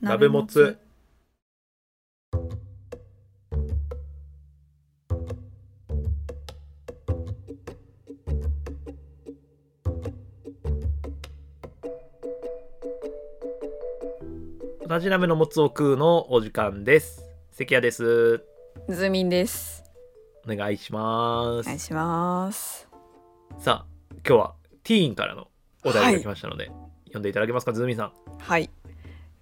鍋もつ同じ鍋のもつを食うのお時間です関谷ですズーミンですお願いしまお願いすしますさあ今日はティーンからのお題が来ましたので、読んでいただけますかズーミンさんはい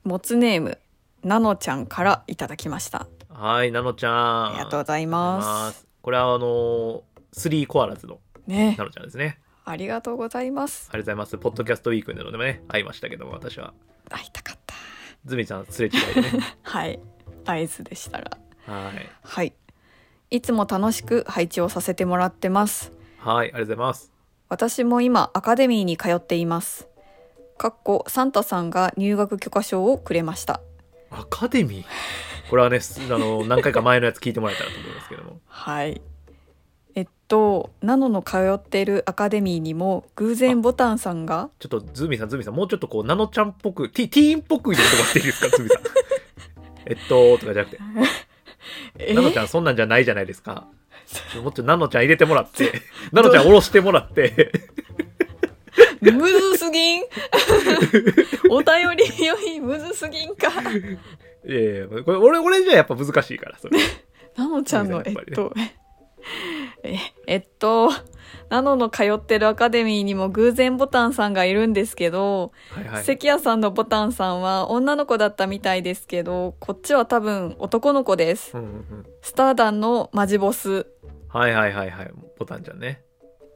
もつネームなのちゃんからいただきましたはいなのちゃあんりがとうございありがとうござまいますすこれはあのスリーコアラズのねなのちゃんですねありがとうございますありがとうございますポッドキャストウィークなどでもね会いましたけども私は会いたかったズミちゃんすれ違いでねはい合図でしたらはいはいいつも楽しく配置をさせてもらってますはいありがとうございます私も今アカデミーに通っていますかっこサンタさんが入学許可証をくれましたアカデミーこれはねすあの何回か前のやつ聞いてもらえたらと思いますけどもはい。えっと、ナノの通っているアカデミーにも偶然ボタンさんがちょっとズミさんズミさんもうちょっとこうナノちゃんっぽくティティーンっぽく入れてもらっていいですかズミさんえっととかじゃなくてえナノちゃんそんなんじゃないじゃないですかもうちょっとナノちゃん入れてもらってナノちゃん下ろしてもらってむずすぎ んお便りよりむずすぎんかいやいや、これ俺、俺じゃやっぱ難しいから、それ。ナノちゃんのごえめんっなさいやっとええっとナノの通ってるアカデミーにも偶然ボタンさんがいるんですけど、はいはい。関谷さんのボタンさんは女の子だったみたいですけどこっちは多分男の子ですうんうんうん。スター団のマジボスはいはいはいはい。ボタンちゃんね。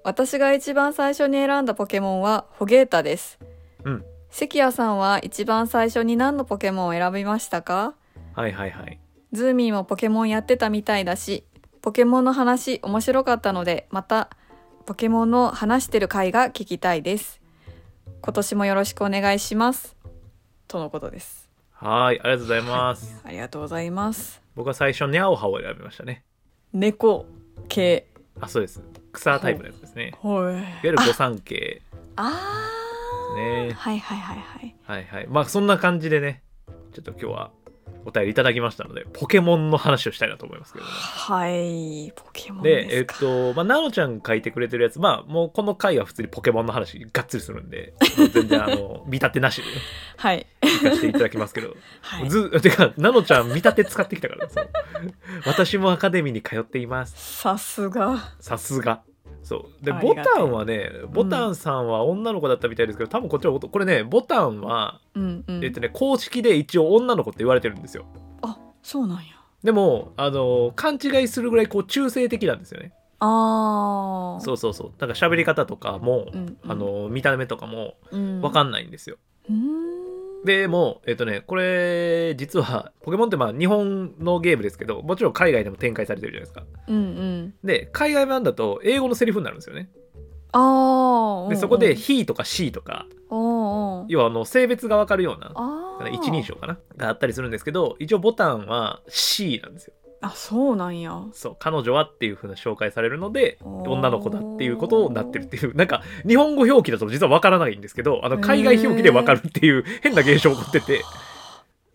私が一番最初に選んだポケモンはホゲータです、うん関谷さんは一番最初に何のポケモンを選びましたかはいはいはい。ズーミーもポケモンやってたみたいだしポケモンの話面白かったのでまたポケモンの話してる回が聞きたいです今年もよろしくお願いしますとのことですはい、ありがとうございます。ありがとうございます僕は最初、にャオハを選びましたね。猫系あ、そうです。草タイプのやつですね。はいいわゆる五三系あーねはいはいはいはいはいはい。まあ、そんな感じでね、ちょっと今日はお便りいただきましたので、ポケモンの話をしたいなと思いますけども。はいポケモンで、えですっかと、まあ、なおちゃん書いてくれてるやつ、まあ、もうこの回は普通にポケモンの話がっつりするんで、もう全然、あ の、見立てなしでね、はい聞かせていただきますけど。はいず てかナノちゃん見立て使ってきたからねそう私もアカデミーに通っていますさすが。さすがそうでありボがたいタンはねボタンさんは女の子だったみたいですけど、多分こっちは男これねボタンは、うんうん。えっとね、公式で一応女の子って言われてるんですよあ、そうなんや。でもあの勘違いするぐらいこう中性的なんですよねああ。そうそうそうなんか喋り方とかも、うんうんあの見た目とかもうん。分かんないんですよ、うーん。でもうえっとねこれ実はポケモンってまあ日本のゲームですけどもちろん海外でも展開されてるじゃないですかうんうん。で海外版だと英語のセリフになるんですよねああ。でそこで「he」とか「she」とかうんうん。おーおー。要はあの性別が分かるようなああ。一人。称かながあったりするんですけど一応ボタンは「she」なんですよあ、そうなんや。そう彼女はっていう風な紹介されるのでおー女の子だっていうことになってるっていうなんか日本語表記だと実は分からないんですけどあの海外表記で分かるっていう変な現象起こってて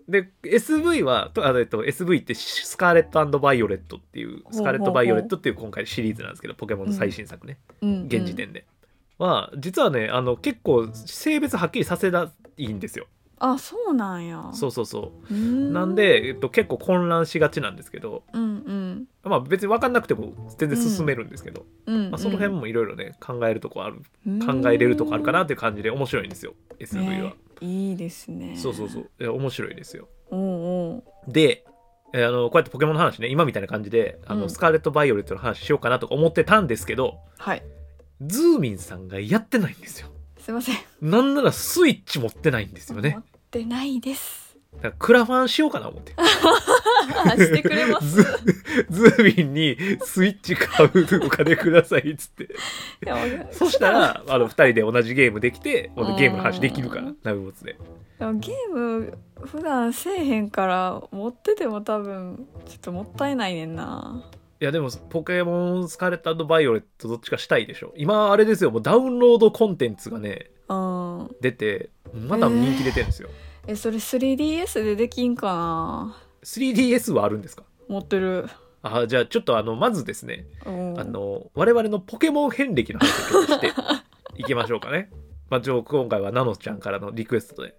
で SV はとあえっと SV ってスカーレットバイオレットっていうスカーレットバイオレットっていう今回シリーズなんですけどポケモンの最新作ねうん。現時。点で、は実はねあの結構性別はっきりさせないんですよあ、そうなんや。。そううそうそううん。なん。で、えっと、結構混乱しがちなんですけどうんうん。まあ別に分かんなくても全然進めるんですけど、うん、うん。まあ、その辺もいろいろね考えるとこあるうん考えれるとこあるかなっていう感じで面白いんですよ SV はね、いいですね。そうそうそう。いや面白いですよおうおう。でえーあのこうやってポケモンの話ね今みたいな感じであの、うんスカーレット・バイオレットの話しようかなとか思ってたんですけどはい。ズーミンさんがやってないんですよすいません。なんならスイッチ持ってないんですよね持ってないです。だからクラファンしようかな思って。してくれます。ズズーミンにスイッチ買うお金くださいっつ って。いやわかるそしたら、あの、二人で同じゲームできて、うんゲームの話できるから、ナブボツで。でもゲーム普段せえへんから持ってても多分ちょっともったいないねんないや、でも、ポケモンスカーレットバイオレットどっちかしたいでしょ。今、あれですよ、もうダウンロードコンテンツがね、うん出て、まだ人気出てるんですよ。えそれ 3DS でできんかな 3DS はあるんですか持ってるあじゃあちょっとあのまずですねうんあの我々のポケモン遍歴の話を今日していきましょうかね。 まあ、じゃあ今回はナノちゃんからのリクエストで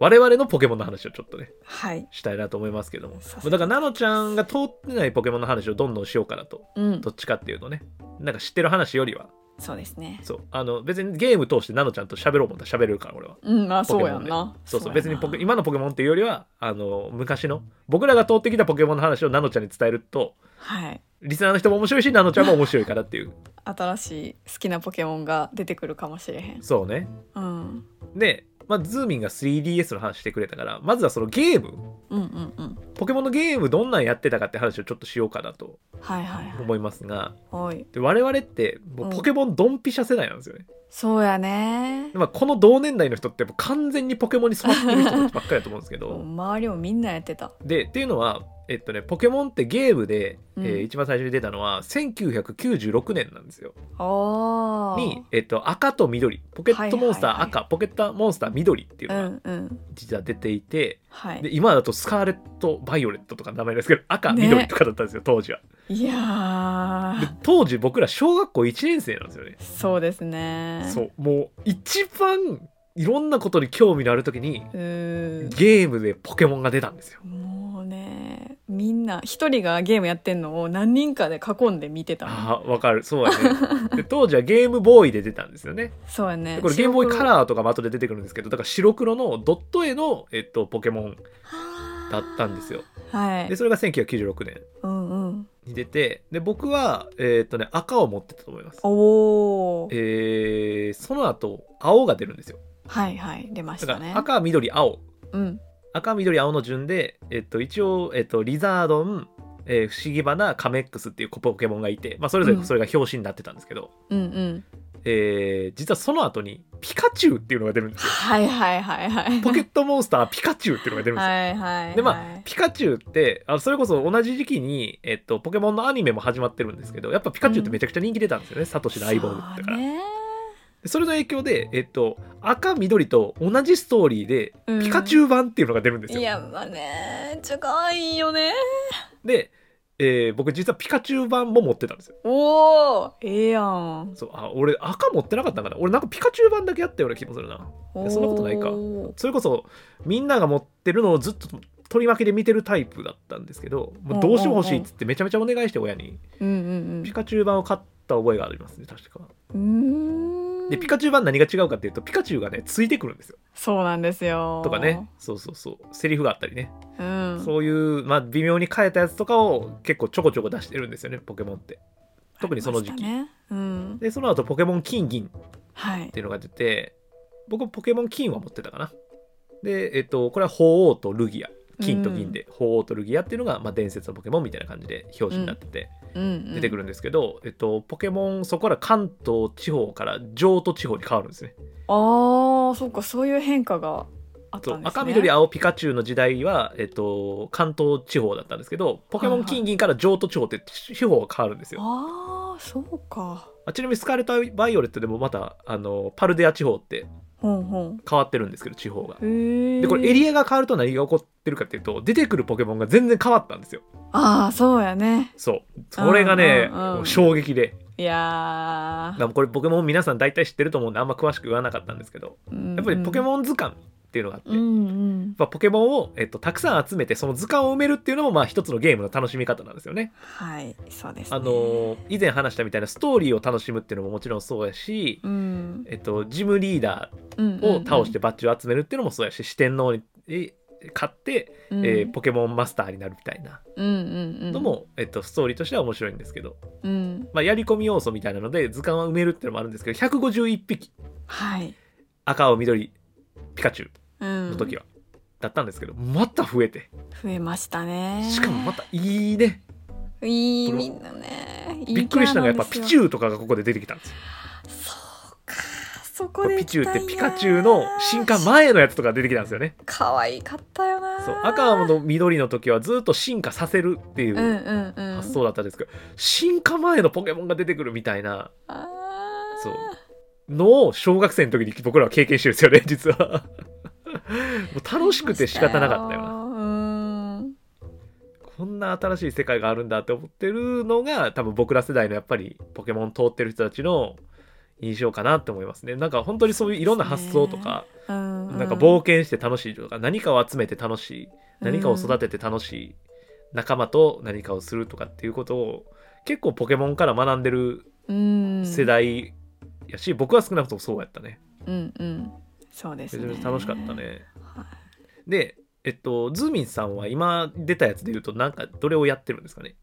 我々のポケモンの話をちょっとねはいしたいなと思いますけどもさすまあだからナノちゃんが通ってないポケモンの話をどんどんしようかなとうんどっちかっていうとねなんか知ってる話よりはそうですねそうあの別にゲーム通してナノちゃんと喋ろうもったら喋れるから俺は。うんまあポそケうモンやんでなそうそうや別にポなケ今のポケモンっていうよりはあの昔の僕らが通ってきたポケモンの話をナノちゃんに伝えるとはいリスナーの人も面白いしナノちゃんも面白いからっていう新しい好きなポケモンが出てくるかもしれへんそうねうんで、まあ、ズーミンが 3DS の話してくれたからまずはそのゲームうんうんうんポケモンのゲームどんなんやってたかって話をちょっとしようかなとはいはいはい思いますがおいで我々ってもうポケモンドンピシャ世代なんですよね、そうやねでまあ、この同年代の人ってもう完全にポケモンに染まってる人たちばっかりだと思うんですけもうど周りもみんなやってたでっていうのはえっとねポケモンってゲームで、えうーん一番最初に出たのは1996年なんですよああに、えっと、赤と緑ポケットモンスターはい赤、はいはいポケットモンスター緑っていううのがんうん実は出ていて、はでい今だとスカーレット・バイオレットとか名前ですけど赤、ね緑とかだったんですよ当時はいやでー当時僕ら小学校1年生なんですよね、そうですねそうもう一番いろんなことに興味のある時にうーんゲームでポケモンが出たんですよもうねみんな一人がゲームやってんのを何人かで囲んで見てたあーわかるそうやね で当時はゲームボーイで出たんですよねそうやねでこれゲームボーイカーラーとかも後で出てくるんですけどだから白黒のドット絵の、えっと、ポケモンだったんですよはいでそれが1996年うんうんに出てで僕は、えっとね、赤を持ってたと思いますおおえーその後青が出るんですよはいはい出ましだかたねら赤緑青うん赤緑青の順で、えっと、一応、えっと、リザードン、えー不思議花カメックスっていうポケモンがいて、まあ、それぞうれんそれが表紙になってたんですけど、うんうんえー実はその後にピカチュウっていうのが出るんですよはいはいはいはいポケットモンスターピカチュウっていうのが出るんですよ、はいはいはいでまあピカチュウってあそれこそ同じ時期に、えっと、ポケモンのアニメも始まってるんですけどやっぱピカチュウってめちゃくちゃ人気出たんですよね、サトシの相棒だからそうねでそれの影響で、えっと、赤緑と同じストーリーで、うんピカチュウ版っていうのが出るんですよ。いやまあねちょかわいいよねで、えー僕実はピカチュウ版も持ってたんですよ。おおええやんそうあ俺赤持ってなかったんかな俺なんかピカチュウ版だけあったような気もするな。やそんなことないかおーそれこそみんなが持ってるのをずっと取り分けで見てるタイプだったんですけどもうどうしても欲しいっつってめちゃめちゃお願いして親にうんピカチュウ版を買った覚えがありますね確か。うんうんうーんでピカチュウ版何が違うかっていうとピカチュウがねついてくるんですよそうなんですよとかねそうそうそうセリフがあったりねうんそういう、まあ、微妙に変えたやつとかを結構ちょこちょこ出してるんですよねポケモンって特にその時あ期、りましたねうんでその後ポケモン金銀っはいていうのが出て僕ポケモン金は持ってたかなでえっとこれは鳳凰とルギア金と銀で、鳳凰とルギアっていうのが、まあ、伝説のポケモンみたいな感じで表紙になってて出てくるるんですけど、えっと、ポケモンそこから関東地方から上都地方に変わるんですねあーそっかそういう変化があったそうんですね赤緑青ピカチュウの時代は、えっと、関東地方だったんですけどポケモン金銀から上都地方って地方が変わるんですよ、ああそうかあちなみにスカーレット・バイオレットでもまたあのパルデア地方ってほんほん変わってるんですけど地方が。へえでこれエリアが変わると何が起こってるかっていうと出てくるポケモンが全然変わったんですよ。ああそうやねそうそれがね、うんうんうんもう衝撃でいやまあこれポケモン皆さん大体知ってると思うんであんま詳しく言わなかったんですけどーやっぱりポケンモン図鑑っていうのがあって、うんやっうんぱポケモンを、えっと、たくさん集めてその図鑑を埋めるっていうのもまあ一つのゲームの楽しみ方なんですよね。はいそうですねあの以前話したみたいなストーリーを楽しむっていうのももちろんそうやし、うんえっと、ジムリーダーをを倒して、バッジを集めるっていうのもそうやし四天王にえ買って、うんうんえーポケモンマスターになるみたいなうんうんうんのも、えっと、ストーリーとしては面白いんですけど、うんまあ、やり込み要素みたいなので図鑑は埋めるっていうのもあるんですけど151匹はい赤青緑ピカチュウのの時は、だったんですけどまた増えて増えましたねしかもまたいいね、いいこれみんなねびっくりしたのがやっぱピチュュウとかがここで出てきたんですよそうかそこでピチュウってピカチュウの進化前のやつとか出てきたんですよね可愛かったよなそう赤青の緑の時はずっと進化させるっていううんうんうん発想だったんですけど、進化前のポケモンが出てくるみたいなあー そうのを小学生の時に僕らは経験してるんですよね実はもう楽しくて仕方なかったようなーんこんな新しい世界があるんだって思ってるのが多分僕ら世代のやっぱりポケモン通ってる人たちの印象かなって思いますねなんか本当にそういういろんな発想とか、うんうんなんか冒険して楽しいとか何かを集めて楽しい何かを育てて楽しい、仲間と何かをするとかっていうことを結構ポケモンから学んでるうん世代やし、僕は少なくともそうやったねうんうんそうですめちゃねめちゃ楽しかったねはでえっとズーミンさんは今出たやつで言うとなんかどれをやってるんですかね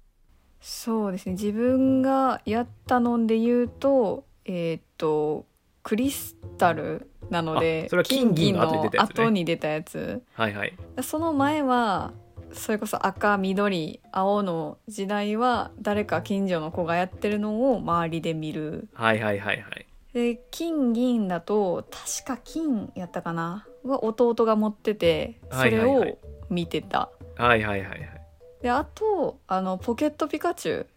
そうですね自分がやったので言うとえーっとクリスタルなのであそれは金銀の後に出たやつ金ね銀の後に出たやつはいはいその前はそれこそ赤緑青の時代は誰か近所の子がやってるのを周りで見るはいはいはいはいで金銀だと確か金やったかなは弟が持っててそはいれはいはいを見てた、はいはいはいはい。であとあのポケットピカチュウ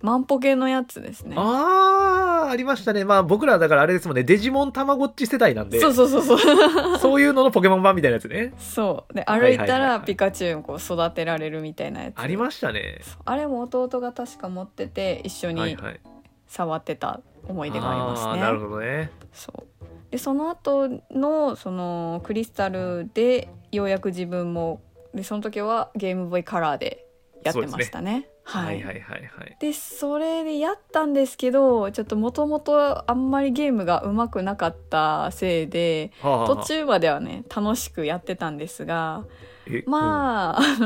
マンポケのやつですねああ、ありましたね。まあ僕らだからあれですもんね。デジモンたまごっち世代なんで、そうそうそうそう そういうののポケモン版みたいなやつね。そうでいは歩いいはいたらピカチュウをこう育てられるみたいなやつありましたね。そうあれも弟が確か持ってて一緒はいにはい。触ってた思い出がありますね、ーなるほどね。そうでその後のそのクリスタルでようやく自分もでその時はゲームボーイカラーでやってましたねははいいはいはいはい。でそれでやったんですけどちょっともともとあんまりゲームがうまくなかったせいではあはあ途中まではね楽しくやってたんですがえうんまあ、あ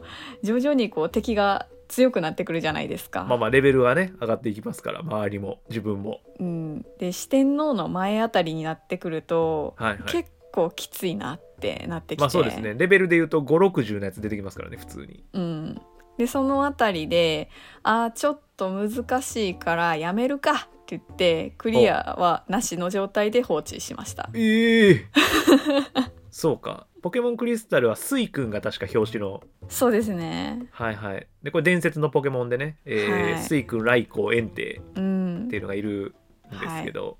の徐々にこう敵が強くなってくるじゃないですか。まあまあレベルはね上がっていきますから周りも自分もうん、で四天王の前あたりになってくると、はいはい結構きついなってなってきて、まあそうですねレベルで言うと560のやつ出てきますからね普通にうん、でそのあたりであーちょっと難しいからやめるかって言ってクリアはなしの状態で放置しました。ええ そうかポケモンクリスタルはスイくんが確か表紙のそうですね、はいはいでこれ伝説のポケモンでね、えーはいスイくんライコウエンテうイんってい、うのがいるんですけど、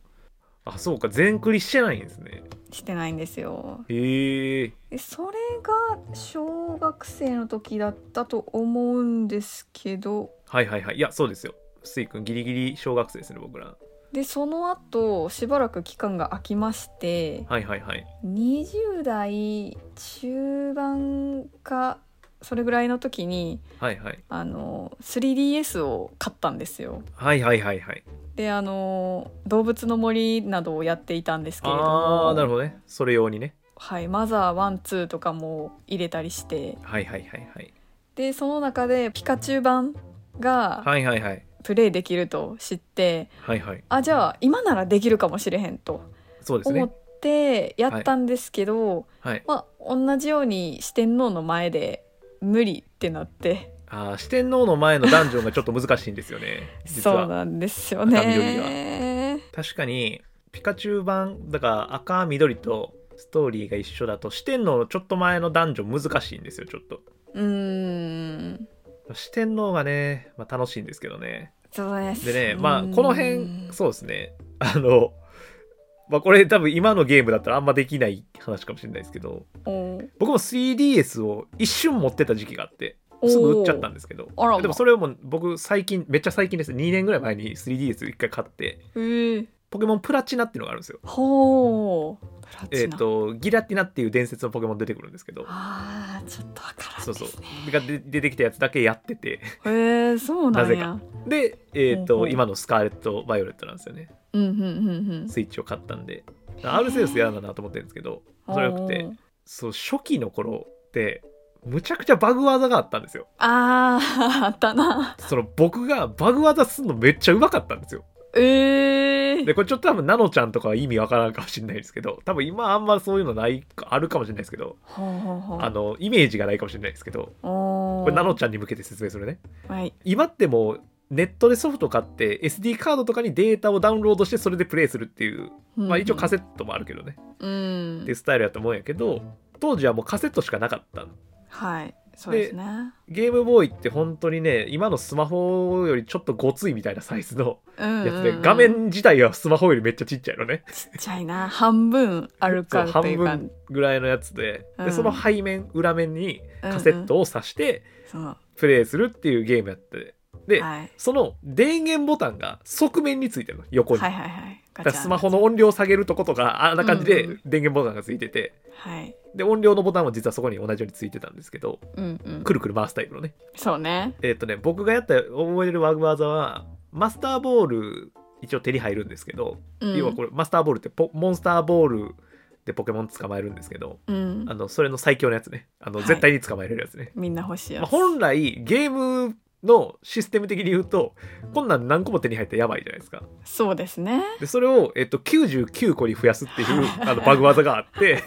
あそうか全クリしてないんですねしてないんですよ。へえでそれが小学生の時だったと思うんですけどはいはいはいいやそうですよスイ君ギリギリ小学生ですね僕らでその後しばらく期間が空きましてはいはいはい20代中盤かそれぐらいの時にはいはいあの 3DS を買ったんですよ。はいはいはいはいであの動物の森などをやっていたんですけれどあもあなるほどねそれ用にねはい、マザー12とかも入れたりしてはいはいはいはいでその中でピカチュウ版がはいはいはいプレイできると知ってはいはいあじゃあ今ならできるかもしれへんとそうです思ねってやったんですけど、はいまあ同じように四天王の前で無理ってなってあー四天王の前のダンジョンがちょっと難しいんですよね 実そうはなんですよ赤緑ね。確かにピカチュウ版だから赤緑とストーリーが一緒だと四天王のちょっと前のダンジョン難しいんですよちょっとうーん四天王がね、まあ、楽しいんですけどねそうですでねまあうんこの辺そうですねあのまあこれ多分今のゲームだったらあんまできない話かもしれないですけどおう僕も 3DS を一瞬持ってた時期があってすぐ売っちゃったんですけどあらまでもそれをもう僕最近めっちゃ最近です2年ぐらい前に 3DS1 回買ってえーポケモンプラチナっていうのがあるんですよほうプラえチっ、ナ、とギラティナっていう伝説のポケモン出てくるんですけどあーちょっとわからんでそうそうすねがで出てきたやつだけやっててへえー、そうなんやなぜかでえほっ、うほとう今のスカーレット・バイオレットなんですよねうんうんうんうんスイッチを買ったんでアルセウス嫌だなと思ってるんですけどそれはよくておうそう初期の頃ってむちゃくちゃバグ技があったんですよあーあったなその僕がバグ技すんのめっちゃうまかったんですよええー、でこれちょっと多分ナノちゃんとかは意味わからんかもしれないですけど多分今あんまそういうのないあるかもしれないですけどほうほうほうあのイメージがないかもしれないですけどおこーれナノちゃんに向けて説明するねはい今ってもうネットでソフト買って SD カードとかにデータをダウンロードしてそれでプレイするっていう、まあ、一応カセットもあるけどねうんっていうスタイルやと思うんやけど当時はもうカセットしかなかったはいそうですねゲームボーイって本当にね今のスマホよりちょっとごついみたいなサイズのうんうんやうつんで、画面自体はスマホよりめっちゃちっちゃいのねちっちゃいな半分あるそかうっていう半感分ぐらいのやつで,、うんでその背面裏面にうんうんカセットを挿してそうプレイするっていうゲームやってで、はいその電源ボタンが側面についてるの横に、はいはいはいだガかチャらスマホの音量下げるとことかあんな感じでうんうん電源ボタンがついてて、はいで音量のボタンも実はそこに同じようについてたんですけどうんうんくるくる回すタイプのねそうねえっ、とね僕がやった覚えてるワグワザはマスターボール一応手に入るんですけど、うん要はこれマスターボールってポモンスターボールでポケモン捕まえるんですけどうんあのそれの最強のやつねあの、はい絶対に捕まえれるやつね、みんな欲しいやまあ、つ本来ゲームのシステム的に言うとこんなん何個も手に入ったらやばいじゃないですかそうですねでそれを、えっと、99個に増やすっていうあのバグ技があって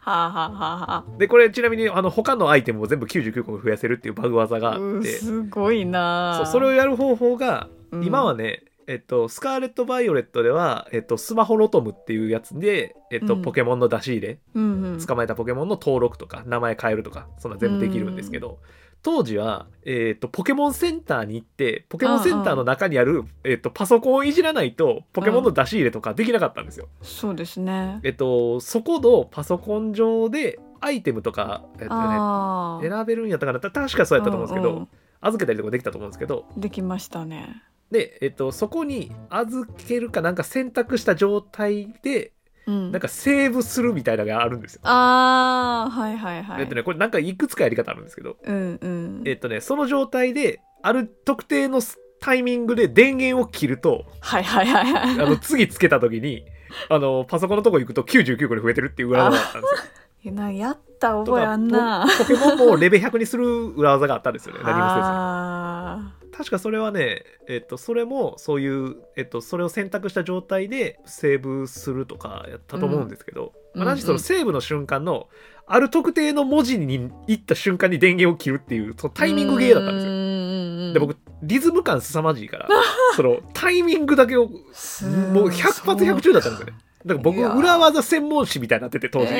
はあはあはあはでこれちなみにあの他のアイテムも全部99個増やせるっていうバグ技がああうっんてすごいなそうそれをやる方法がうん今はね、えっと、スカーレット・バイオレットでは、えっと、スマホロトムっていうやつで、えっとうんポケモンの出し入れうんうん捕まえたポケモンの登録とか名前変えるとかそんな全部できるんですけど、当時は、えっとポケモンセンターに行ってポケモンセンターの中にある、えっとパソコンをいじらないとポケモンの出し入れとかできなかったんですよ。そうですねえっと、そこのパソコン上でアイテムとか、えっとああね、選べるんやったかなた確かそうやったと思うんですけど、んん預けたりとかできたと思うんですけどできましたねで、えっと、そこに預けるかなんか選択した状態でうんなんかセーブするみたいなのがあるんですよ。ああはいはいはいえっとねこれなんかいくつかやり方あるんですけど、うんうんえっとね、その状態である特定のタイミングで電源を切るとはいはいはいはいあの 次つけた時にあのパソコンのとこ行くと99個に増えてるっていう裏技があったんですよ。えなやった 覚えあんなポポケモンもレベル100にする裏技があったんです よね何もせずにあ確かそれはねえっとそれもそういうえっとそれを選択した状態でセーブするとかやったと思うんですけど、うんまあうんうん何しろそのセーブの瞬間のある特定の文字に行った瞬間に電源を切るっていうそのータイミングゲーだったんですよよで僕リズム感凄まじいから そのタイミングだけをもう100発100中だったんですよねだから僕いやー裏技専門誌みたいになってて当時、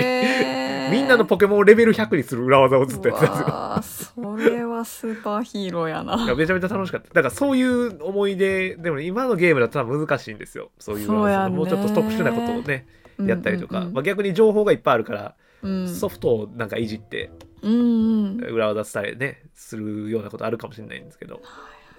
みんなのポポケモンをレベル100にする裏技をずっとやってたんですそよれはスーパーヒーローやいなやめちゃめちゃ楽しかっただからそういう思い出でもね今のゲームだと多分難しいんですよそういうそうやねのもうちょっと特殊なことをね やったりとか、うんうんうんまあ、逆に情報がいっぱいあるから、うんソフトをなんかいじってうんうん裏技したりねするようなことあるかもしれないんですけど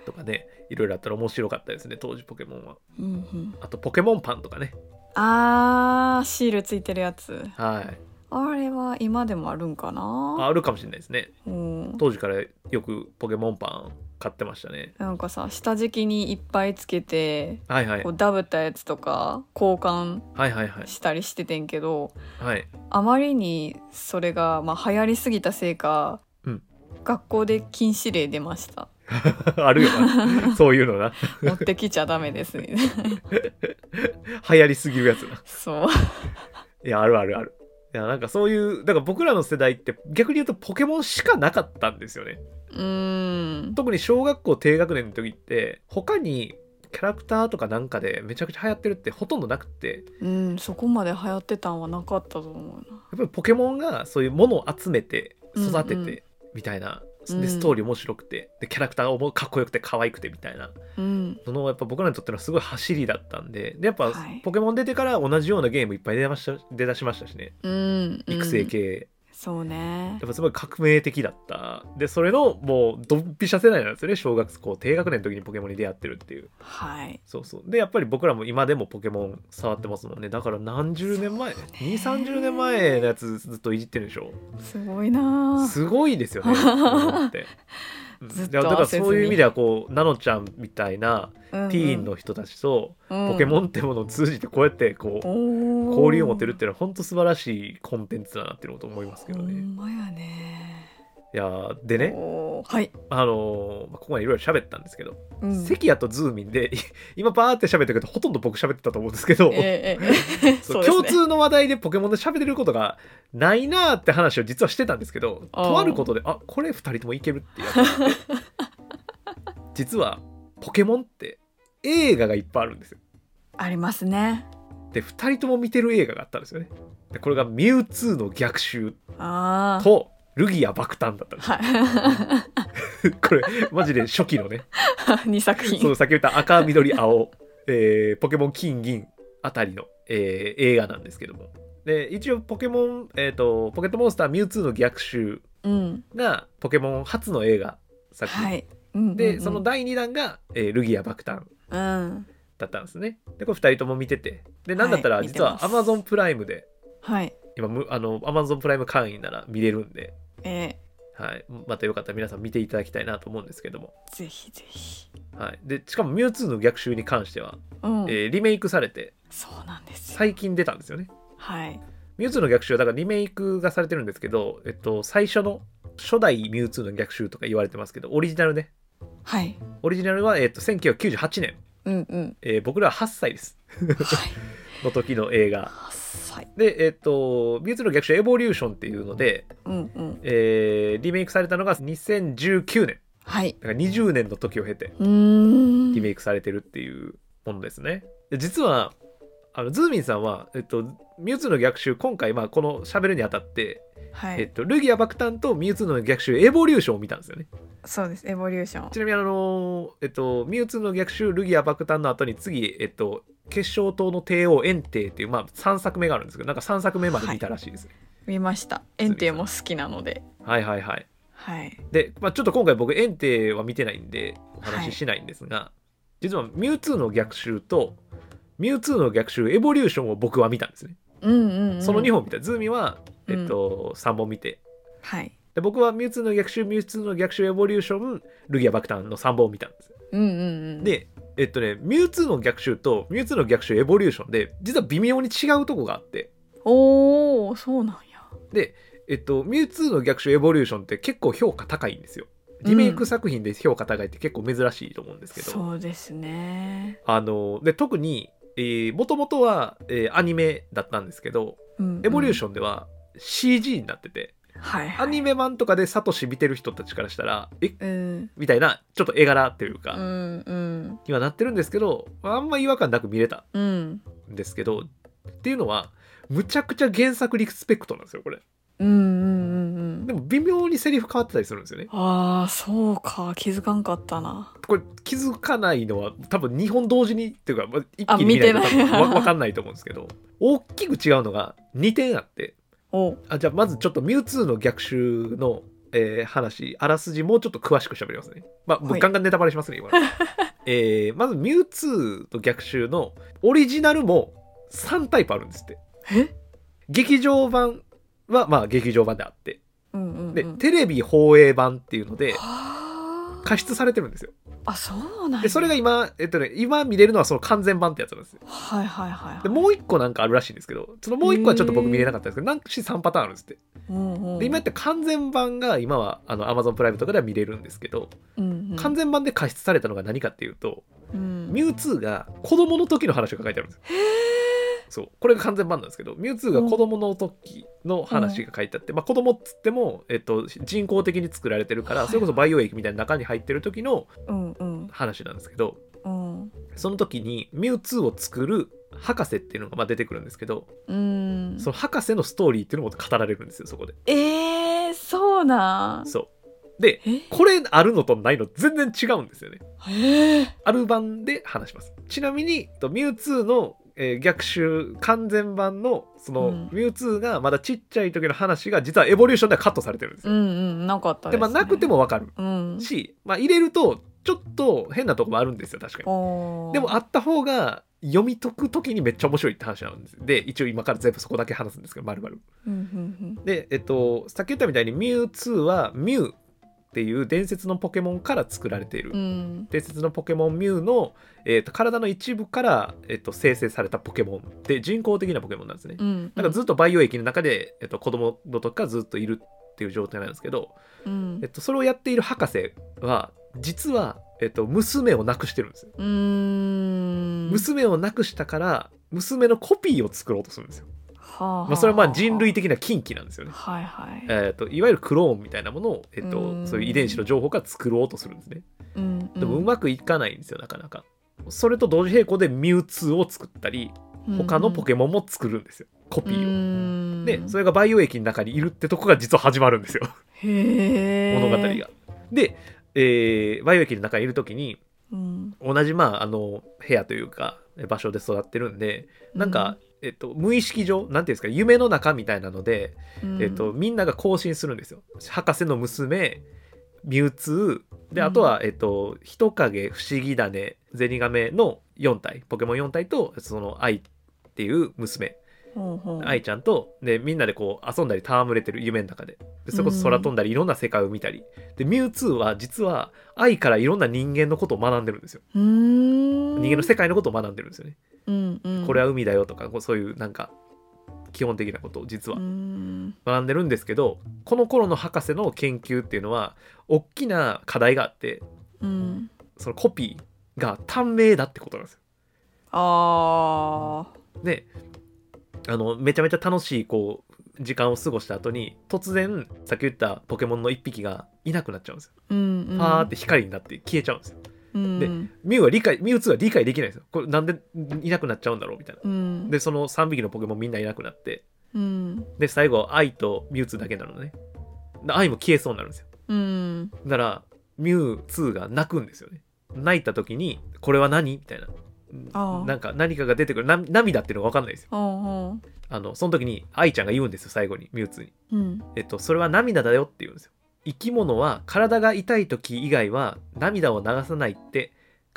とかねいろいろあったら面白かったですね当時ポケモンはうんうんあとポケモンパンとかねあーシールついてるやつはいあれは今でもあるんかあなあるかもしれないですねうん当時からよくポケモンパン買ってましたねなんかさ下敷きにいっぱいつけてはいはいこうダブったやつとか交換はいはいはいしたりしててんけど、はい あまりにそれが、まあ、流行りすぎたせいか、うん学校で禁止令出ま した。あるよなそういうのな持ってきちゃダメです みたいな。流行りすぎるやつなそう。いや、あるあるある。いや、なんかそういう、だから僕らの世代って逆に言うとポケモンしかなかったんですよね。うーん。特に小学校低学年の時って、他にキャラクターとかなんかでめちゃくちゃ流行ってるってほとんどなくって、うん、そこまで流行ってたんはなかったと思うな。やっぱりポケモンがそういうものを集めて、育てうんうんて、みたいな。うんでストーリー面白くてでキャラクターもかっこよくて可愛くてみたいなうん。そのやっぱ僕らにとってのすごい走りだったんででやっぱはいポケモン出てから同じようなゲームいっぱい出ました出だしましたしねうん。育成うん。系そうねや。っぱすごい革命的だった。で、それのもうドンピシャ世代なんですよね。小学校低学年の時にポケモンに出会ってるっていう。はい。そうそう。で、やっぱり僕らも今でもポケモン触ってますもんね。だから何十年前、2、30年前のやつずっといじってるでしょ。すごいな。すごいですよね。ポケモンって。うん ずっとだからだからそういう意味ではこうナノちゃんみたいなティーンの人たちとポケモンンってものを通じてこうやってこう交交流を持てるってていうのは本当素晴らしいコンテンツだなっていうこと思いますけどほね。んまやね。いやーでねおーはい。あのーまあここまでいろいろ喋ったんですけど、うん関谷とズーミンでい 今バーって喋ったけどほとんど僕喋ってたと思うんですけど、ええええ そうそうです共ね通の話題でポケモンで喋れることがないなーって話を実はしてたんですけどあーとあることであこれ2人ともいけるってやつ実はポケモンって映画がいっぱいあるんですよありますね。で2人とも見てる映画があったんですよねでこれが「ミュウツーの逆襲あ」あ。と「ルギア爆誕だったんですよはいこれマジで初期のね 二作そ品う先言った赤緑青、えーポケモン金銀あたりの、えー映画なんですけどもで一応ポケモン、えー、とポケットモンスターミュウツーの逆襲うんがポケモン初の映画作品、はいうんうんうんで、その第2弾が、えールギア爆誕うんだったんですねでこれ2人とも見ててでなんだったらはい実は見てアまマすゾンプライムではい今むあのアマゾンプライム会員なら見れるんで、えはい、またよかったら皆さん見ていただきたいなと思うんですけども、ーぜひぜひはい、でしかもミュウツーの逆襲に関しては、うんえーリメイクされてそうなんですよ最近出たんですよねはいミュウツーの逆襲はだからリメイクがされてるんですけど、えっと、最初の初代ミュウツーの逆襲とか言われてますけどオリジナルねはいオリジナルは、えっと、1998年、うん うんえー僕らは8歳ですはいの時の映画あっさいでえっとミュウツーの逆襲エボリューションっていうので、うんうんえーリメイクされたのが2019年はいだから20年の時を経てうーんリメイクされてるっていうものですねで実はあのズーミンさんは、えっと、ミュウツーの逆襲今回、まあ、この喋るにあたって、はえっいと、ルギア爆誕とミュウツーの逆襲エボリューションを見たんですよねそうですエボリューションちなみにあのえっとミュウツーの逆襲ルギア爆誕の後に次えっと決勝党の帝王炎帝っていうまあ3作目があるんですけどなんか3作目まで見たらしいです、見ましたエンテイも好きなのではい、はいはいはいで、まあ、ちょっと今回僕炎帝は見てないんでお話ししないんですが、実はミュウツーの逆襲とミュウツーの逆襲エボリューションを僕は見たんですねうんうん、うん、その2本見た、ズーミは、えっと3本見てはいで僕はミュウツーの逆襲ミュウツーの逆襲エボリューションルギア爆誕の3本を見たんですうんうんうんでえっとねミュウツーの逆襲とミュウツーの逆襲エボリューションで実は微妙に違うとこがあっておおそうなんやでえっとミュウツーの逆襲エボリューションって結構評価高いんですよリメイク作品で評価高いって結構珍しいと思うんですけど、そうですねあので特にもともとは、えーアニメだったんですけどエボリューションョンでは CG になってて、はいアニメ版とかでサトシ見てる人たちからしたらえうんみたいなちょっと絵柄というか、うんうんにはなってるんですけどあんま違和感なく見れたうんんですけどっていうのはむちゃくちゃ原作リスペクトなんですよこれうんうんうんうでんも微妙にセリフ変わってたりするんですよねああそうか気づかんかったなこれ気づかないのは多分2本同時にっていうか、まあ一あ気に見ないと見てない 多分わわかんないと思うんですけど大きく違うのが2点あっておあじゃあまずちょっとミュウツーの逆襲の、えー話あらすじもうちょっと詳しく喋りますねまあもはういガンガンネタバレしますね今の、 えーまずミュウツーの逆襲のオリジナルも3タイプあるんですってえ劇場版はまあ劇場版であってうんうんうんで、テレビ放映版っていうのではー加筆されてるんですよあそうなんやでそれが今えっとね今見れるのはその完全版ってやつなんですよはいはいはいはいでもう一個なんかあるらしいんですけどそのもう一個はちょっと僕見れなかったんですけどなんかし3パターンあるんですってうんうんで今やって完全版が今はあの Amazon プライムとかでは見れるんですけどうんうん完全版で加筆されたのが何かっていうとうんミュウツーが子供の時の話が書いてあるんですよそうこれが完全版なんですけどミュウツーが子供の時の話が書いてあって、まあ、子供っつっても、えっと、人工的に作られてるから、はいそれこそ培養液みたいな中に入ってる時のうんうん話なんですけどうんその時にミュウツーを作る博士っていうのがまあ出てくるんですけどうんその博士のストーリーっていうのも語られるんですよそこでええー、そうなんそうでえこれあるのとないの全然違うんですよねえー、ある版で話しますちなみにとミュウツーの、えー逆襲完全版のその、うんミュウツーがまだちっちゃい時の話が実はエボリューションではカットされてるんですうよ、んうんなかったでです、まね、あなくてもわかるうんし、まあ、入れるとちょっと変なとこもあるんですよ確かにおーでもあった方が読み解く時にめっちゃ面白いって話なんですで一応今から全部そこだけ話すんですけどまるまるうんうんでえっとさっき言ったみたいにミュウツーはミュウっていう伝説のポケモンから作られているうんうん伝説のポケモンミュウの、えー、と体の一部から、えー、と生成されたポケモンで人工的なポケモンなんですね。うんなんかずっと培養液の中で、えー、と子供の時からずっといるっていう状態なんですけど、うんえー、とそれをやっている博士は実は、えー、と娘を亡くしてるんですよ。うーん娘を亡くしたから娘のコピーを作ろうとするんですよ。はあはあまあ、それはまあ人類的な禁忌なんですよね。はいはいえー、といわゆるクローンみたいなものを、えー、うんとそういう遺伝子の情報から作ろうとするんですね。うんでもうまくいかないんですよなかなか。それと同時並行でミュウツーを作ったり他のポケモンも作るんですよコピうーを。んでそれが培養液の中にいるってとこが実は始まるんですよ。へえ物語が。で、えー、培養液の中にいる時にうん、同じまああの部屋というか場所で育ってるんでなんか、えっと、無意識上なんていうんですか夢の中みたいなので、うん、えっと、みんなが更新するんですよ。博士の娘ミュウツーであとは、えっと「人影不思議種ゼニガメ」の4体ポケモン4体とその愛っていう娘ほうほう愛ちゃんとでみんなでこう遊んだり戯れてる夢の中ででそれこそ空飛んだりいろんな世界を見たりでミュウツーは実は愛からいろんな人間のことを学んでるんですようーん人間の世界のことを学んでるんですよねうんうん、これはは海だよとかこうそういうなんか基本的なことを実はうん学んでるんですけどこの頃の博士の研究っていうのは大きな課題があってうんそのコピーが短命だってことなんですよ。あーであのめちゃめちゃ楽しいこう時間を過ごした後に突然さっき言ったポケモンの1匹がいなくなっちゃうんですよ。うんうんパーって光になって消えちゃうんですよ。うんでミュウは理解ミュウ2は理解できないんですよ。これなんでいなくなっちゃうんだろうみたいな。うんでその3匹のポケモンみんないなくなってうんで最後愛とミュウ2だけなのね。で愛も消えそうになるんですよ。うんならミュウ2が泣くんですよね泣いた時に「これは何?」みたいなああなんか何かが出てくるな涙っていうのが分かんないですよほうほあのその時に愛ちゃんが言うんですよ最後にミュウ2にううん「えっとそれは涙だよ」って言うんですよ生き物は体が痛い時以外は涙を流さないって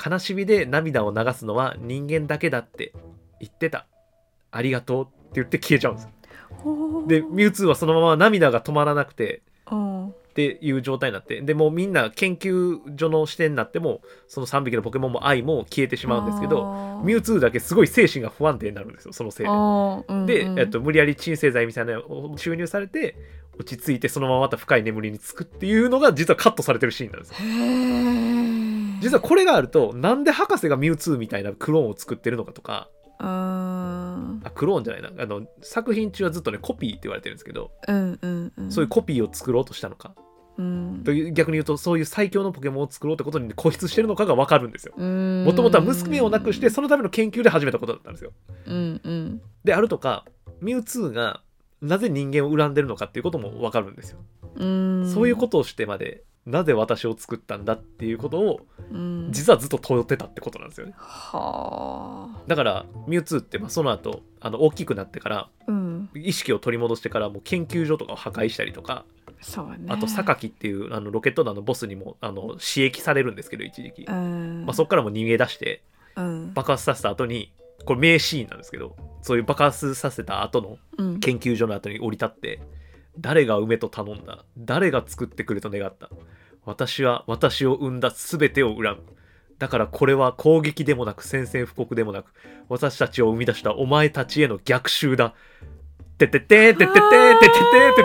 悲しみで涙を流すのは人間だけだって言ってたありがとうって言って消えちゃうんですよほうでミュウ2はそのまま涙が止まらなくてうんっていう状態になってでもうみんな研究所の視点になってもその3匹のポケモンも愛も消えてしまうんですけどミュウツーだけすごい精神が不安定になるんですよそのせいで。あーで、うんうんえっと、無理やり鎮静剤みたいなのを注入されて落ち着いてそのまままた深い眠りにつくっていうのが実はカットされてるシーンなんですよへー実はこれがあるとなんで博士がミュウツーみたいなクローンを作ってるのかとかうんあクローンじゃないなあの作品中はずっとねコピーって言われてるんですけどうんうんうんそういうコピーを作ろうとしたのかうんという逆に言うとそういう最強のポケモンを作ろうってことに固執してるのかが分かるんですよももともとは娘を亡くしてそのための研究で始めたことだったんですようんうんであるとかミュウツーがなぜ人間を恨んでるのかっていうことも分かるんですよ、うんそういうことをしてまでなぜ私を作ったんだっていうことをうん実はずっと問ってたってことなんですよねはあだからミュウツーってまあその後あの大きくなってからうん意識を取り戻してからもう研究所とかを破壊したりとかそうねあと榊っていうあのロケット団のボスにもあの刺激されるんですけど一時期、うんまあ、そこからも逃げ出してうん爆発させた後にこれ名シーンなんですけどそういう爆発させた後のうん 研究所の後に降り立って誰が梅と頼んだ誰が作ってくれと願った私は私を生んだ全てを恨むだからこれは攻撃でもなく宣戦布告でもなく私たちを生み出したお前たちへの逆襲だてててててててて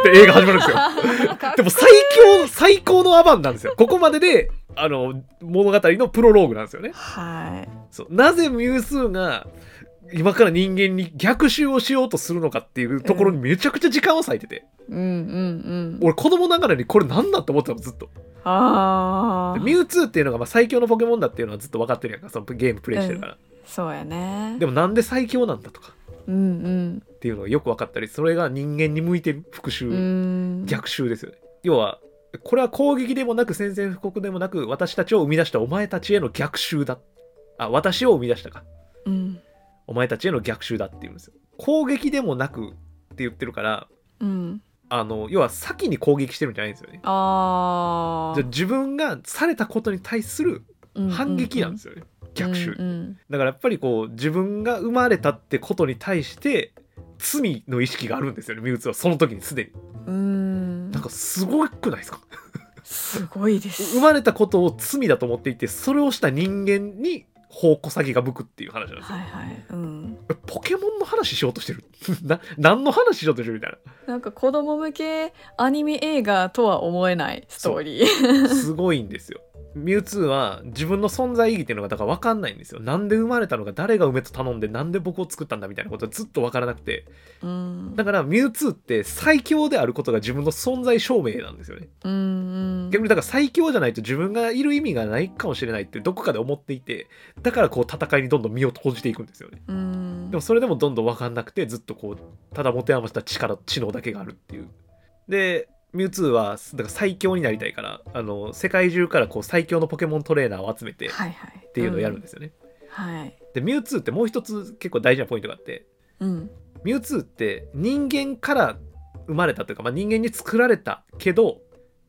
ててて映画始まるんですよかっでも最強最高のアバンなんですよここまでであの物語のプロローグなんですよねはいそうなぜミュウスーが今から人間に逆襲をしようとするのかっていうところにめちゃくちゃ時間を割いてて、うんうんうん俺子供ながらにこれ何だって思ってたのずっとあであミュウツーっていうのがまあ最強のポケモンだっていうのはずっと分かってるやんかそのゲームプレイしてるから、そうやねでもなんで最強なんだとかうんっていうのがよく分かったりそれが人間に向いてる復うんう讐、ん逆襲ですよね要はこれは攻撃でもなく宣戦布告でもなく私たちを生み出したお前たちへの逆襲だあ私を生み出したかうんお前たちへの逆襲だって言うんですよ攻撃でもなくって言ってるからうんあの要は先に攻撃してるんじゃないんですよねあじゃあ自分がされたことに対するあ反撃なんですすよね、逆襲、うんだからやっぱりこう自分が生まれたってことに対して罪の意識があるんですよねミュウツーはその時にすでにうんなんかすごくないですかすごいです生まれたことを罪だと思っていてそれをした人間に矛先が向くっていう話なんですよはいはいうんポケモンの話しようとしてる な何の話しようとしてるみたいななんか子供向けアニメ映画とは思えないストーリーすごいんですよ。ミュウツーは自分の存在意義っていうのがだから分かんないんですよ。なんで生まれたのか、誰が梅と頼んで、なんで僕を作ったんだみたいなことはずっと分からなくて。うんだからミュウツーって最強であることが自分の存在証明なんですよね。うんうん逆にだから最強じゃないと自分がいる意味がないかもしれないってどこかで思っていて、だからこう戦いにどんどん身を投じていくんですよね。うんでもそれでもどんどん分かんなくてずっとこうただ持て余した力知能だけがあるっていう。でミュウツーはだから最強になりたいからあの世界中からこう最強のポケモントレーナーを集めてっはいはい。っていうのをやるんですよね。はい。でミュウツーってもう一つ結構大事なポイントがあってうん。ミュウツーって人間から生まれたというか、まあ、人間に作られたけど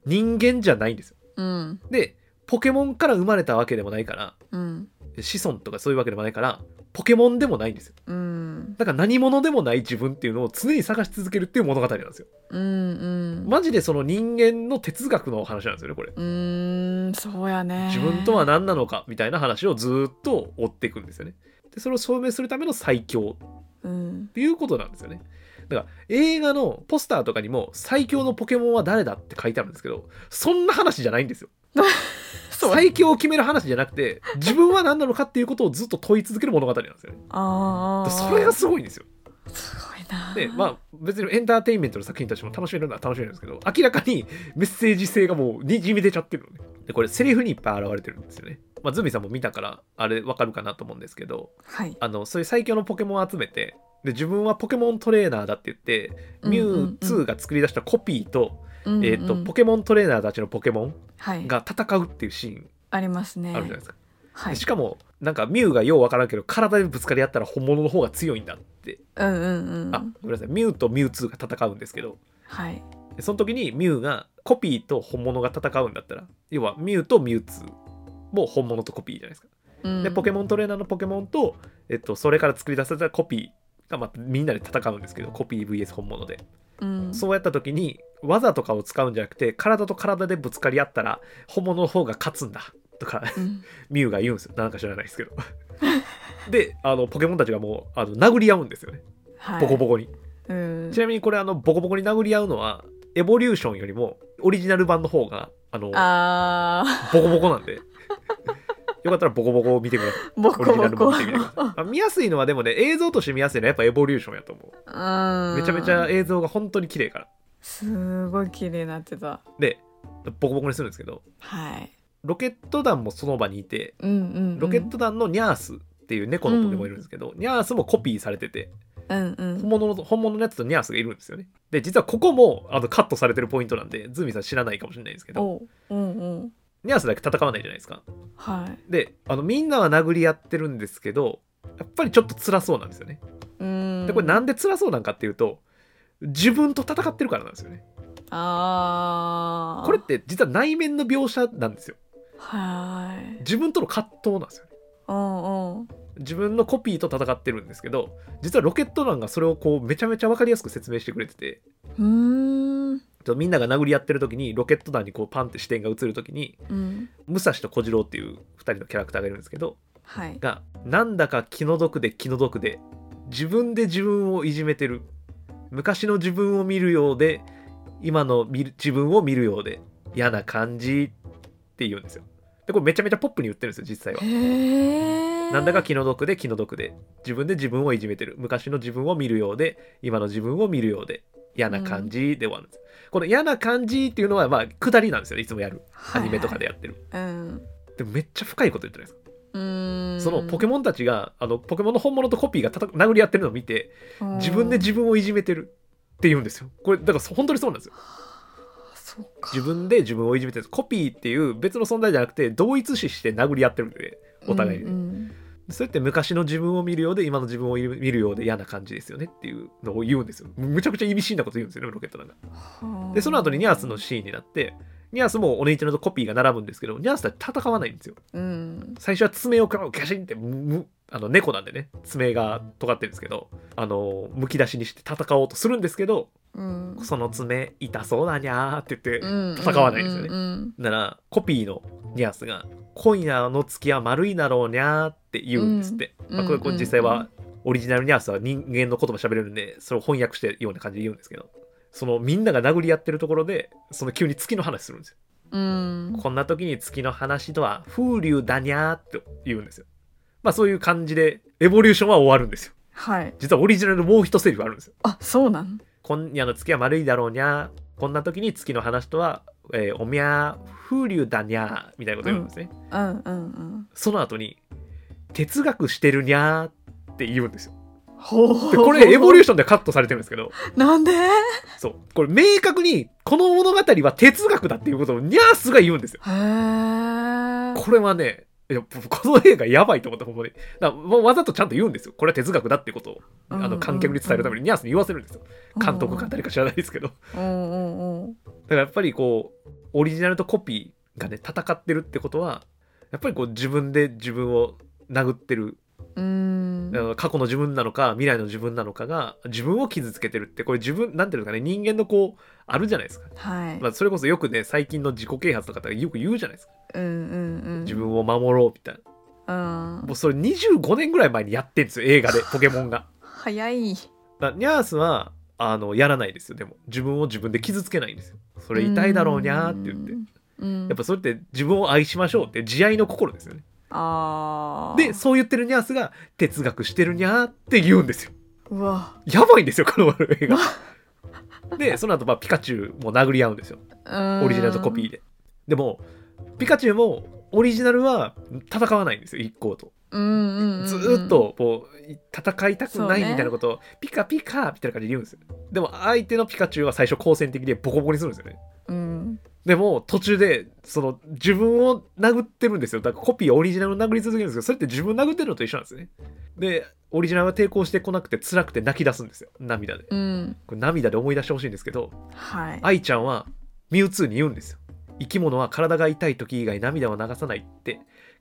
人間じゃないんですよ。うん。でポケモンから生まれたわけでもないからうん。子孫とかそういうわけでもないからポケモンでもないんですようん。だから何者でもない自分っていうのを常に探し続けるっていう物語なんですようん。うん。マジでその人間の哲学の話なんですよねこれうーん。そうやね。自分とは何なのかみたいな話をずーっと追っていくんですよねでそれを証明するための最強っうん。ていうことなんですよねだから映画のポスターとかにも最強のポケモンは誰だって書いてあるんですけどそんな話じゃないんですよ そう。最強を決める話じゃなくて自分は何なのかっていうことをずっと問い続ける物語なんですよねああ。それがすごいんですよすごいな。でまあ別にエンターテインメントの作品としても楽しめるのは楽しめるんですけど明らかにメッセージ性がもうにじみ出ちゃってるのねでこれセリフにいっぱい現れてるんですよねまあズミさんも見たからあれわかるかなと思うんですけどはい。あのそういう最強のポケモンを集めてで自分はポケモントレーナーだって言ってミュウツーが作り出したコピーと,、うんうんうん、えー、とポケモントレーナーたちのポケモンはい。が戦うっていうシーンありますね。あるじゃないですか、はいでし。かもなんかミュウがようわからんけど体でぶつかり合ったら本物の方が強いんだって、うんうんうん。あごめんなさいミュウとミュウツーが戦うんですけどはい。でその時にミュウがコピーと本物が戦うんだったら要はミュウとミュウツーも本物とコピーじゃないですか。でポケモモントレーナーのポケモンと、えっと、それから作り出されたコピーがまたみんなで戦うんですけどコピー VS 本物で、ン、うん、そうやった時に技とかを使うんじゃなくて体と体でぶつかり合ったら本物の方が勝つんだとか うん。ミュウが言うんですよなんか知らないです けどであのポケモンたちがもうあの殴り合うんですよねはい。ボコボコに、コ。うん。ちなみにこれあのボコボコに殴り合うのはエボリューションよりもオリジナル版の方があのあボコボコなんでよかったらボコボコを見てください ー、ボオリコジナボルコ。版見てみてくださいあ見やすいのはでもね映像として見やすいのはやっぱエボリューションやと思うめめちゃめちゃ映像が本当に綺麗からすごい綺麗になってたでボコボコにするんですけどはいロケット団もその場にいてうんうん、うん、ロケット団のニャースっていう猫のポケモンいるんですけど、ニャースもコピーされててうんうん本物の本物のやつとニャースがいるんですよねで実はここもあのカットされてるポイントなんでズーミンさん知らないかもしれないんですけどおううんうんニャースだけ戦わないじゃないですか。はいで、あの、みんなは殴り合ってるんですけど、やっぱりちょっと辛そうなんですよね。うんで、これなんで辛そうなんかっていうと、自分と戦ってるからなんですよね。あーこれって実は内面の描写なんですよ。はい自分との葛藤なんですよね。うんうん自分のコピーと戦ってるんですけど、実はロケット団がそれをこう、めちゃめちゃ分かりやすく説明してくれてて、うーんとみんなが殴り合ってる時に、ロケット団にこう、パンって視点が映る時に、うん武蔵と小次郎っていう2人のキャラクターがいるんですけど、はいがなんだか気の毒で気の毒で自分で自分をいじめてる昔の自分を見るようで今の見る自分を見るようで嫌な感じって言うんですよでこれめちゃめちゃポップに言ってるんですよ実際はへえなんだか気の毒で気の毒で自分で自分をいじめてる昔の自分を見るようで今の自分を見るようで嫌な感じで終わるんです、この嫌な感じっていうのはまあ下りなんですよねいつもやるアニメとかでやってる、はいはいうんでもめっちゃ深いこと言ってないですかうーんそのポケモンたちがあのポケモンの本物とコピーがたた殴り合ってるのを見てうん自分で自分をいじめてるって言うんですよこれだからそ本当にそうなんですよそうか自分で自分をいじめてるコピーっていう別の存在じゃなくて同一視して殴り合ってるんでお互いに、うんそうやって昔の自分を見るようで今の自分を見るようで嫌な感じですよねっていうのを言うんですよむちゃくちゃ厳しいなこと言うんですよねロケットなんかうんでその後にニャースのシーンになってニャースもお姉ちゃんとコピーが並ぶんですけどニャースたち戦わないんですようん最初は爪をガガシンってむむあの猫なんでね爪が尖ってるんですけどあのむき出しにして戦おうとするんですけどうんその爪痛そうだにゃーって言ってうん戦わないんですよねうんうんならコピーのニャースが「今夜の月は丸いだろうにゃー」って言うんですって、うんまあ、これこれうん実際はオリジナルニャースは人間の言葉喋れるんでそれを翻訳してるような感じで言うんですけどそのみんなが殴り合ってるところでその急に月の話するんですようんこんな時に月の話とは風流だにゃーって言うんですよ。まあそういう感じで、エボリューションは終わるんですよ。はい実はオリジナルのもう一セリフあるんですよ。あそうなん今夜の月は丸いだろうにゃー。こんな時に月の話とは、えーおみゃー、風流だにゃー。みたいなこと言うんですね。うんうんうん その後に、哲学してるにゃーって言うんですよ。ほうでこれエボリューションではカットされてるんですけどなんでへそうこれ明確にこの物語は哲学だっていうことをニャースが言うんですよーこれはねいやこの映画やばいと思ったほんまにだからもうわざとちゃんと言うんですよこれは哲学だっていうことをあうんうんうのん観客に伝えるためにニャースに言わせるんですよ監督か誰か知らないですけどだうかんうんうんらやっぱりこうオリジナルとコピーがね戦ってるってことはやっぱりこう自分で自分を殴ってるうんあの過去の自分なのか未来の自分なのかが自分を傷つけてるってこれ自分なんていうんですかね人間のこうあるじゃないですか、はい、まあ、それこそよくね最近の自己啓発とかってよく言うじゃないですかうんうんうん自分を守ろうみたいなうんもうそれ25年ぐらい前にやってんですよ映画で ポケモンが早いだニャースはあのやらないですよでも自分を自分で傷つけないんですよそれ痛いだろうにゃーって言ってうんやっぱそれって自分を愛しましょうって慈愛の心ですよねあーでそう言ってるニャースが哲学してるにゃーって言うんですようわやばいんですよ、この映画。 で、その後、まあ、ピカチュウも殴り合うんですよ。うんオリジナルとコピーで。でも、ピカチュウも、オリジナルは戦わないんですよ、一行と。うんうんうんずーっと、こう、戦いたくなそいうねみたいなことを、ピカピカみたいな感じで言うんですよ。でも、相手のピカチュウは最初、好戦的でボコボコにするんですよね。うんでも、途中で、その、自分を殴ってるんですよ。だから、コピー、オリジナルを殴り続けるんですけど、それって自分殴ってるのと一緒なんですね。で、オリジナルは抵抗してこなくて、辛くて泣き出すんですよ、涙で。うんこれ涙で思い出してほしいんですけどはい愛ちゃんはミュウツーに言うんですよ生き物は体が痛い時以外涙を流さないって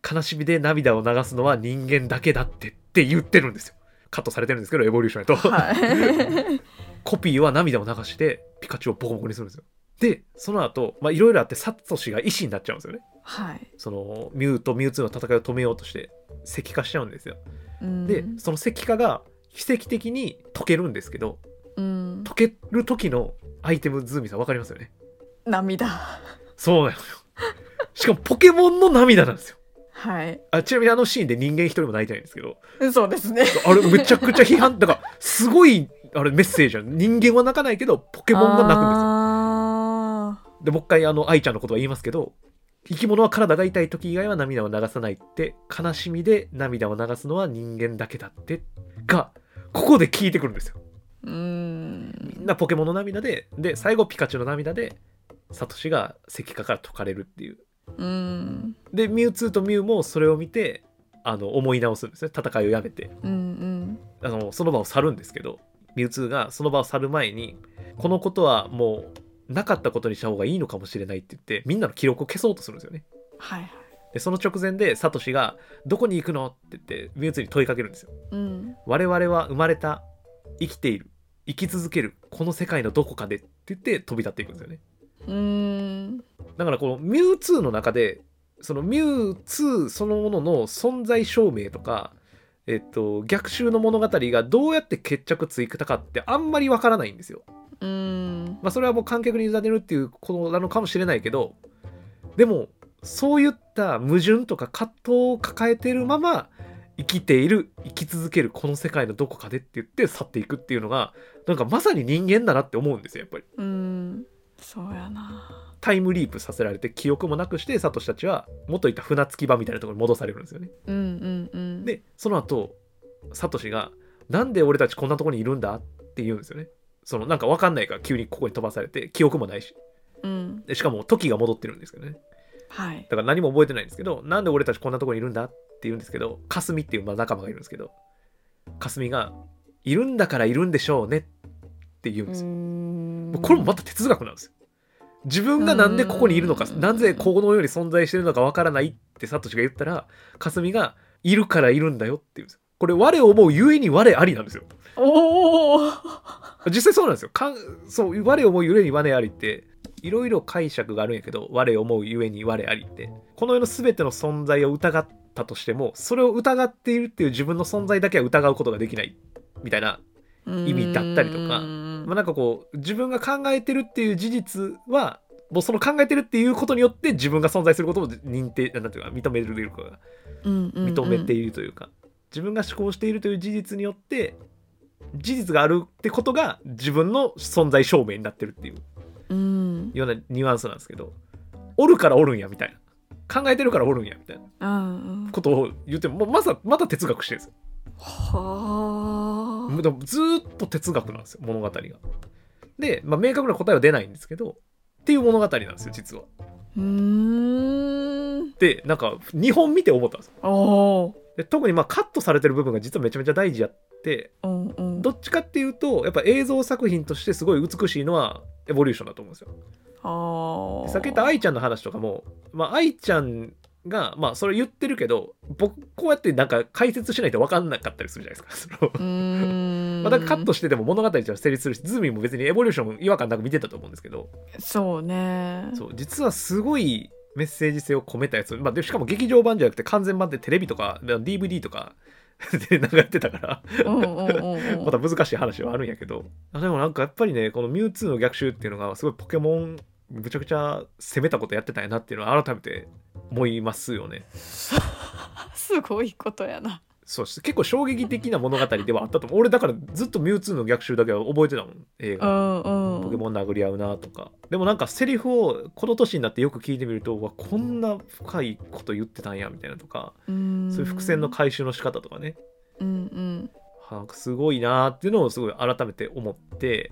悲しみで涙を流すのは人間だけだってって言ってるんですよカットされてるんですけどエボリューションやと、はい コピーは涙を流してピカチュウをボコボコにするんですよでその後まあいろいろあってサトシが医師になっちゃうんですよねはいそのミュウとミュウツーの戦いを止めようとして石化しちゃうんですようんでその石化が奇跡的に溶けるんですけどうん溶ける時のアイテムズーミさん分かりますよね涙そうなのよ。しかもポケモンの涙なんですよ。はいあちなみにあのシーンで人間一人も泣いてないんですけど、そうですねあれめちゃくちゃ批判、だからすごいあれメッセージやん人間は泣かないけど、ポケモンが泣くんですよ。あで、もう一回あの愛ちゃんのことは言いますけど、生き物は体が痛い時以外は涙を流さないって、悲しみで涙を流すのは人間だけだって、が、ここで聞いてくるんですよ。ーうんみんなポケモンの涙で、で、最後ピカチュウの涙で、サトシが石化から解かれるっていう。うんでミュウツーとミュウもそれを見てあの思い直すんですね戦いをやめてうんうんあのその場を去るんですけどミュウツーがその場を去る前にこのことはもうなかったことにした方がいいのかもしれないって言ってみんなの記録を消そうとするんですよねはいはいでその直前でサトシが「どこに行くの?」って言ってミュウツーに問いかけるんですようん我々は生まれた生きている生き続けるこの世界のどこかでって言って飛び立っていくんですよねうんだからこのミュウツーの中でそのミュウツーそのものの存在証明とか、えっと、逆襲の物語がどうやって決着ついたかってあんまりわからないんですよ。うんまあ、それはもう観客に委ねるっていうことなのかもしれないけどでもそういった矛盾とか葛藤を抱えているまま生きている生き続けるこの世界のどこかでって言って去っていくっていうのがなんかまさに人間だなって思うんですよやっぱり。うんそうやなタイムリープさせられて記憶もなくしてサトシたちは元いた船着き場みたいなところに戻されるんですよね。うんうんうんでその後サトシが「なんで俺たちこんなとこにいるんだ?」って言うんですよね。そのなんかわかんないから急にここに飛ばされて記憶もないしうんでしかも時が戻ってるんですけどねはいだから何も覚えてないんですけど「なんで俺たちこんなとこにいるんだ?」って言うんですけどかすみっていうまあ仲間がいるんですけどかすみが「いるんだからいるんでしょうね」って言うんですよ。もうこれもまた哲学なんですよ。自分がなんでここにいるのか、うんなぜこのように存在してるのかわからないってサトシが言ったら、かすみが、いるからいるんだよって言うんですよ。これ、我を思うゆえに我ありなんですよ。おお実際そうなんですよ。かんそう、我を思うゆえに我ありって、いろいろ解釈があるんやけど、我を思うゆえに我ありって、この世の全ての存在を疑ったとしても、それを疑っているっていう自分の存在だけは疑うことができない、みたいな意味だったりとかまあ、なんかこう自分が考えてるっていう事実はもうその考えてるっていうことによって自分が存在することを認定なんていうか認めるというか認めているというか、自分が思考しているという事実によって事実があるってことが自分の存在証明になってるっていううんようなニュアンスなんですけどおるからおるんやみたいな考えてるからおるんやみたいなうんうんことを言ってももうまさまた哲学してるんですよはもうでもずーっと哲学なんですよ物語が。で、まあ、明確な答えは出ないんですけどっていう物語なんですよ実は。うーんでなんか2本見て思ったんですよおーで特にまあカットされてる部分が実はめちゃめちゃ大事やってうんうんどっちかっていうとやっぱ映像作品としてすごい美しいのはエボリューションだと思うんですよ。あーさっき言った愛ちゃんの話とかも、まあ、愛ちゃんが、まあ、それ言ってるけど僕こうやってなんか解説しないと分かんなかったりするじゃないですか。そのうーんまあ、だからカットしてても物語としては成立するしズーミンも別にエボリューション違和感なく見てたと思うんですけどそうねそう実はすごいメッセージ性を込めたやつ、まあ、でしかも劇場版じゃなくて完全版でテレビとか DVD とか で流れてたからうんうんうんうんまた難しい話はあるんやけどあでもなんかやっぱりねこの「ミュウツーの逆襲」っていうのがすごいポケモンむちゃくちゃ攻めたことやってたんやなっていうのは改めて思いますよね。すごいことやなそうです結構衝撃的な物語ではあったと思う俺だからずっと「ミュウツーの逆襲」だけは覚えてたもん映う画。んうんポケモン殴り合うなとかでもなんかセリフをこの年になってよく聞いてみるとうわこんな深いこと言ってたんやみたいなとかうんそういう伏線の回収の仕方とかねうんうんはあすごいなーっていうのをすごい改めて思って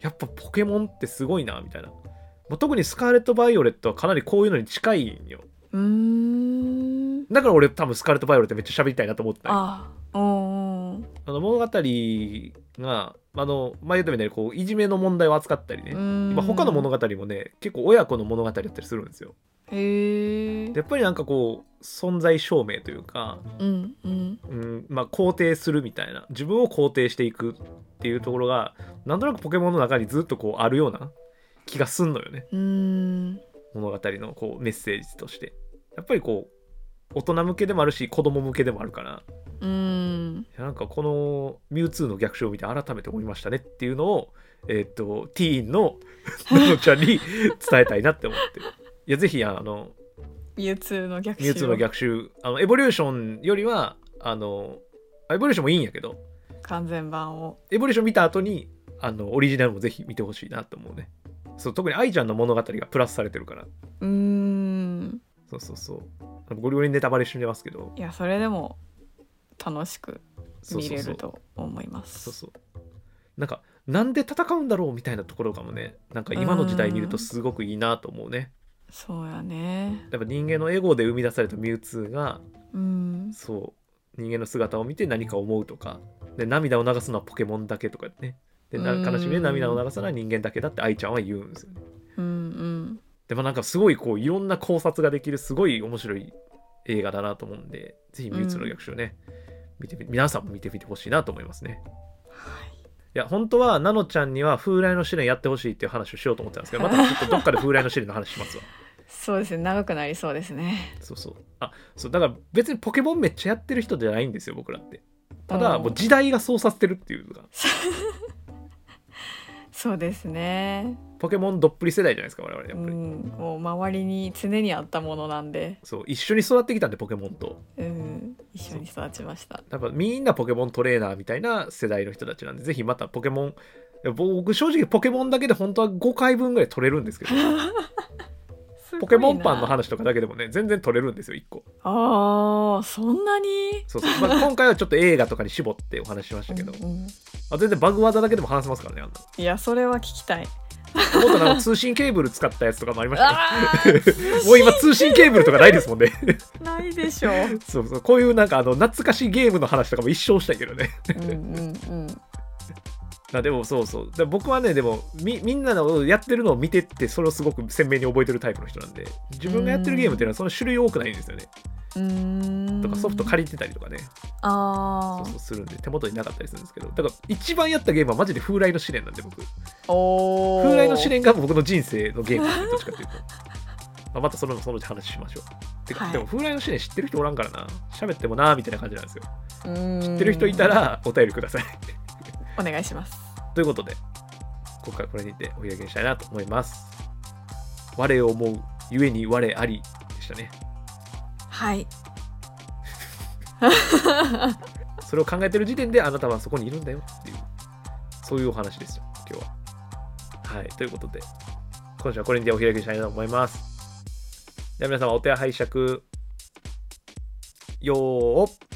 やっぱポケモンってすごいなみたいな、まあ特にスカーレット・バイオレットはかなりこういうのに近いんようーんだから俺多分スカーレット・バイオレットめっちゃ喋りたいなと思ったんよあうんうんあの物語があの前言ったみたいにこういじめの問題を扱ったりね、うんまあ他の物語もね結構親子の物語だったりするんですよへえでやっぱりなんかこう存在証明というか、うんうんうんまあ、肯定するみたいな自分を肯定していくっていうところがなんとなくポケモンの中にずっとこうあるような気がすんのよねうん物語のこうメッセージとしてやっぱりこう大人向けでもあるし子供向けでもあるからういんやなんかこの「ミュウツーの逆襲」を見て改めて思いましたねっていうのをえーっとティーンの ののちゃんに伝えたいなって思ってるいやぜひあのミュウツーの逆襲ミュウツーの逆襲あのエボリューションよりはあのエボリューションもいいんやけど完全版をエボリューション見た後にあのオリジナルもぜひ見てほしいなと思うねそう特に愛ちゃんの物語がプラスされてるからうーんそうそうそうゴリゴリにネタバレしてますけどいやそれでも楽しくそう見そうれそうると思いまそうすそうなんかなんで戦うんだろうみたいなところかもねなんか今の時代見るとすごくいいなと思うねそうやねやっぱ人間のエゴで生み出されたミュウツーがうんそう人間の姿を見て何か思うとかで涙を流すのはポケモンだけとかねでなうん悲しみで涙を流すのは人間だけだって愛ちゃんは言うんですよねうんでもなんかすごいこういろんな考察ができるすごい面白い映画だなと思うんでぜひ「ミュウツーの逆襲ね」見てみ皆さんも見てみてほしいなと思いますねいや本当はナノちゃんには風来の試練やってほしいっていう話をしようと思ってたんですけどまたちょっとどっかで風来の試練の話しますわそうですね長くなりそうですねそうそうあそうだから別にポケモンめっちゃやってる人じゃないんですよ僕らってただうんもう時代がそうさせてるっていうかそうですねポケモンどっぷり世代じゃないですか我々やっぱり、うんもう周りに常にあったものなんでそう一緒に育ってきたんでポケモンとうん一緒に育ちましたやっぱみんなポケモントレーナーみたいな世代の人たちなんでぜひまたポケモンいや僕正直ポケモンだけで本当は5回分ぐらい取れるんですけどポケモンパンの話とかだけでもね全然取れるんですよ1個ああそんなにそうそう、まあ、今回はちょっと映画とかに絞ってお話ししましたけどうんうんあ全然バグ技だけでも話せますからねあんないやそれは聞きた いもっとなんか通信ケーブル使ったやつとかもありましたねあもう今通信ケーブルとかないですもんね ーないでしょうそうそうこういうなんかあの懐かしいゲームの話とかも一生したいけどね うんうんうんあでもそうそうで僕はねでもみみんなのやってるのを見てってそれをすごく鮮明に覚えてるタイプの人なんで自分がやってるゲームっていうのはその種類多くないんですよねうーんとかソフト借りてたりとかねそあうあそうするんで手元になかったりするんですけどだから一番やったゲームはマジで風来の試練なんで僕おお風来の試練が僕の人生のゲームなんでどっちかっていうとまあまたそのそのうち話しましょうてか、はいでも風来の試練知ってる人おらんからな喋ってもなーみたいな感じなんですよ知知ってる人いたらお便りくださいお願いしますということで今回はこれにてお開きにしたいなと思います我を思うゆえに我ありでしたねはいそれを考えてる時点であなたはそこにいるんだよっていうそういうお話ですよ今日ははいということで今週はこれにてお開きにしたいなと思いますでは皆様お手拝借よーっ